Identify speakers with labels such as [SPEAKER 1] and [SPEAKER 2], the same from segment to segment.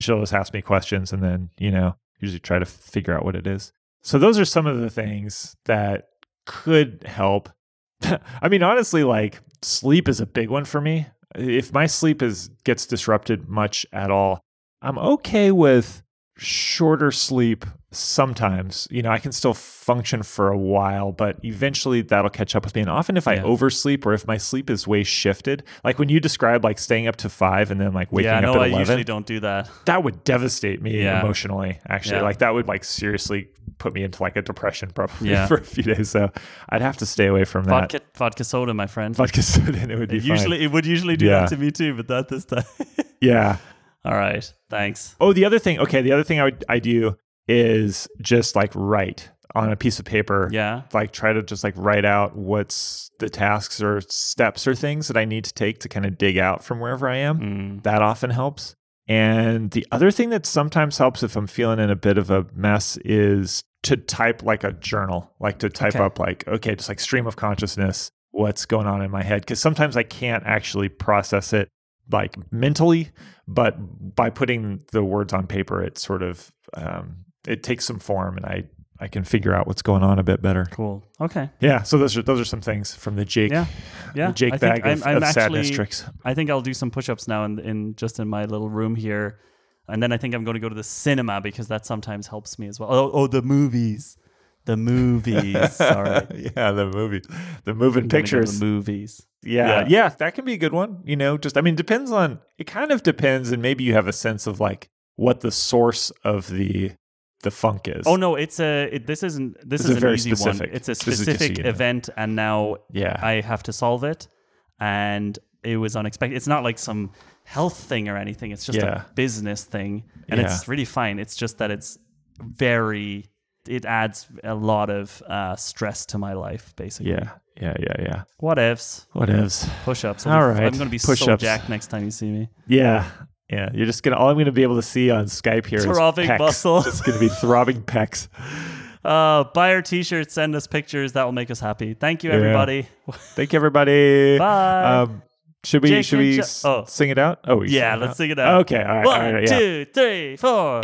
[SPEAKER 1] she'll just ask me questions and then, you know, usually try to figure out what it is. So those are some of the things that could help. I mean, honestly, like sleep is a big one for me. If my sleep is gets disrupted much at all, I'm okay with shorter sleep sometimes. You know, I can still function for a while, but eventually that'll catch up with me. And often if I
[SPEAKER 2] Yeah.
[SPEAKER 1] oversleep or if my sleep is way shifted, like when you describe like staying up to five and then like waking
[SPEAKER 2] yeah,
[SPEAKER 1] up
[SPEAKER 2] no,
[SPEAKER 1] at
[SPEAKER 2] I
[SPEAKER 1] 11,
[SPEAKER 2] usually don't do that.
[SPEAKER 1] that would devastate me
[SPEAKER 2] Yeah.
[SPEAKER 1] emotionally actually
[SPEAKER 2] Yeah.
[SPEAKER 1] like that would like seriously put me into like a depression probably
[SPEAKER 2] Yeah.
[SPEAKER 1] for a few days so i'd have to stay away from that
[SPEAKER 2] Vodka, vodka soda, my friend.
[SPEAKER 1] vodka soda and it would be
[SPEAKER 2] It
[SPEAKER 1] fine.
[SPEAKER 2] usually, it would usually do
[SPEAKER 1] Yeah.
[SPEAKER 2] that to me too, but not this time.
[SPEAKER 1] yeah
[SPEAKER 2] All right, thanks.
[SPEAKER 1] oh the other thing okay the other thing i would i do is just like write on a piece of paper
[SPEAKER 2] Yeah,
[SPEAKER 1] like try to just like write out what's the tasks or steps or things that i need to take to kind of dig out from wherever i am
[SPEAKER 2] Mm.
[SPEAKER 1] that often helps. And the other thing that sometimes helps if I'm feeling in a bit of a mess is to type like a journal, like to type
[SPEAKER 2] Okay.
[SPEAKER 1] up like, okay, just like stream of consciousness, what's going on in my head. Cause sometimes I can't actually process it like mentally, but by putting the words on paper, it sort of, um, it takes some form and I, I can figure out what's going on a bit better.
[SPEAKER 2] cool. Okay,
[SPEAKER 1] Yeah. So those are, those are some things from the Jake,
[SPEAKER 2] Yeah. yeah.
[SPEAKER 1] the Jake
[SPEAKER 2] I think
[SPEAKER 1] bag of,
[SPEAKER 2] I'm, I'm
[SPEAKER 1] of
[SPEAKER 2] actually,
[SPEAKER 1] sadness tricks.
[SPEAKER 2] I think I'll do some push-ups now in, in just in my little room here, and then I think I'm going to go to the cinema because that sometimes helps me as well. Oh, oh the movies, the movies. Sorry,
[SPEAKER 1] yeah, the movie, the moving pictures.
[SPEAKER 2] the movies.
[SPEAKER 1] yeah, yeah,
[SPEAKER 2] Yeah.
[SPEAKER 1] that can be a good one. You know, just I mean, depends on it. Kind of depends, and maybe you have a sense of like what the source of the the funk is.
[SPEAKER 2] Oh no, it's a. It, this isn't. This,
[SPEAKER 1] This
[SPEAKER 2] is,
[SPEAKER 1] is very
[SPEAKER 2] an easy
[SPEAKER 1] specific.
[SPEAKER 2] one. It's a
[SPEAKER 1] This is just
[SPEAKER 2] specific
[SPEAKER 1] you know.
[SPEAKER 2] event, and now
[SPEAKER 1] yeah,
[SPEAKER 2] I have to solve it, and it was unexpected. It's not like some health thing or anything. It's just
[SPEAKER 1] Yeah.
[SPEAKER 2] a business thing, and it's really fine. It's just that it's very. It adds a lot of uh, stress to my life, basically.
[SPEAKER 1] yeah, yeah, yeah, yeah.
[SPEAKER 2] What ifs?
[SPEAKER 1] Whatevs.
[SPEAKER 2] Push-ups.
[SPEAKER 1] All
[SPEAKER 2] I'm
[SPEAKER 1] right.
[SPEAKER 2] going to be so
[SPEAKER 1] Push-ups.
[SPEAKER 2] jacked next time you see me.
[SPEAKER 1] Yeah, yeah. You're just gonna. All I'm gonna be able to see on Skype here is
[SPEAKER 2] Throbbing
[SPEAKER 1] pecs.
[SPEAKER 2] muscles.
[SPEAKER 1] It's gonna be throbbing pecs.
[SPEAKER 2] Uh, buy our T-shirts. Send us pictures. That will make us happy. Thank you,
[SPEAKER 1] Yeah.
[SPEAKER 2] everybody.
[SPEAKER 1] Thank you, everybody.
[SPEAKER 2] Bye.
[SPEAKER 1] Um, should we
[SPEAKER 2] Jake
[SPEAKER 1] should
[SPEAKER 2] and
[SPEAKER 1] we
[SPEAKER 2] Jo-
[SPEAKER 1] s-
[SPEAKER 2] oh.
[SPEAKER 1] sing it out? Oh, we
[SPEAKER 2] Yeah,
[SPEAKER 1] sing
[SPEAKER 2] let's sing it out.
[SPEAKER 1] Okay, all right, all
[SPEAKER 2] One,
[SPEAKER 1] right, yeah.
[SPEAKER 2] two, three, four.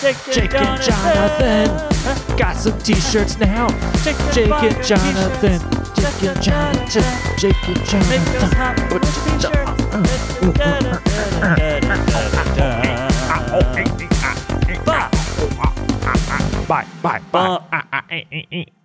[SPEAKER 2] Jake and
[SPEAKER 3] Jake and Jonathan got some t-shirts now. Jake and Jonathan. Jake and Jonathan. Jake and Jonathan.
[SPEAKER 2] Bye.
[SPEAKER 1] Bye, bye, bye.
[SPEAKER 2] Uh,
[SPEAKER 1] Ah, ah, eh, eh, eh.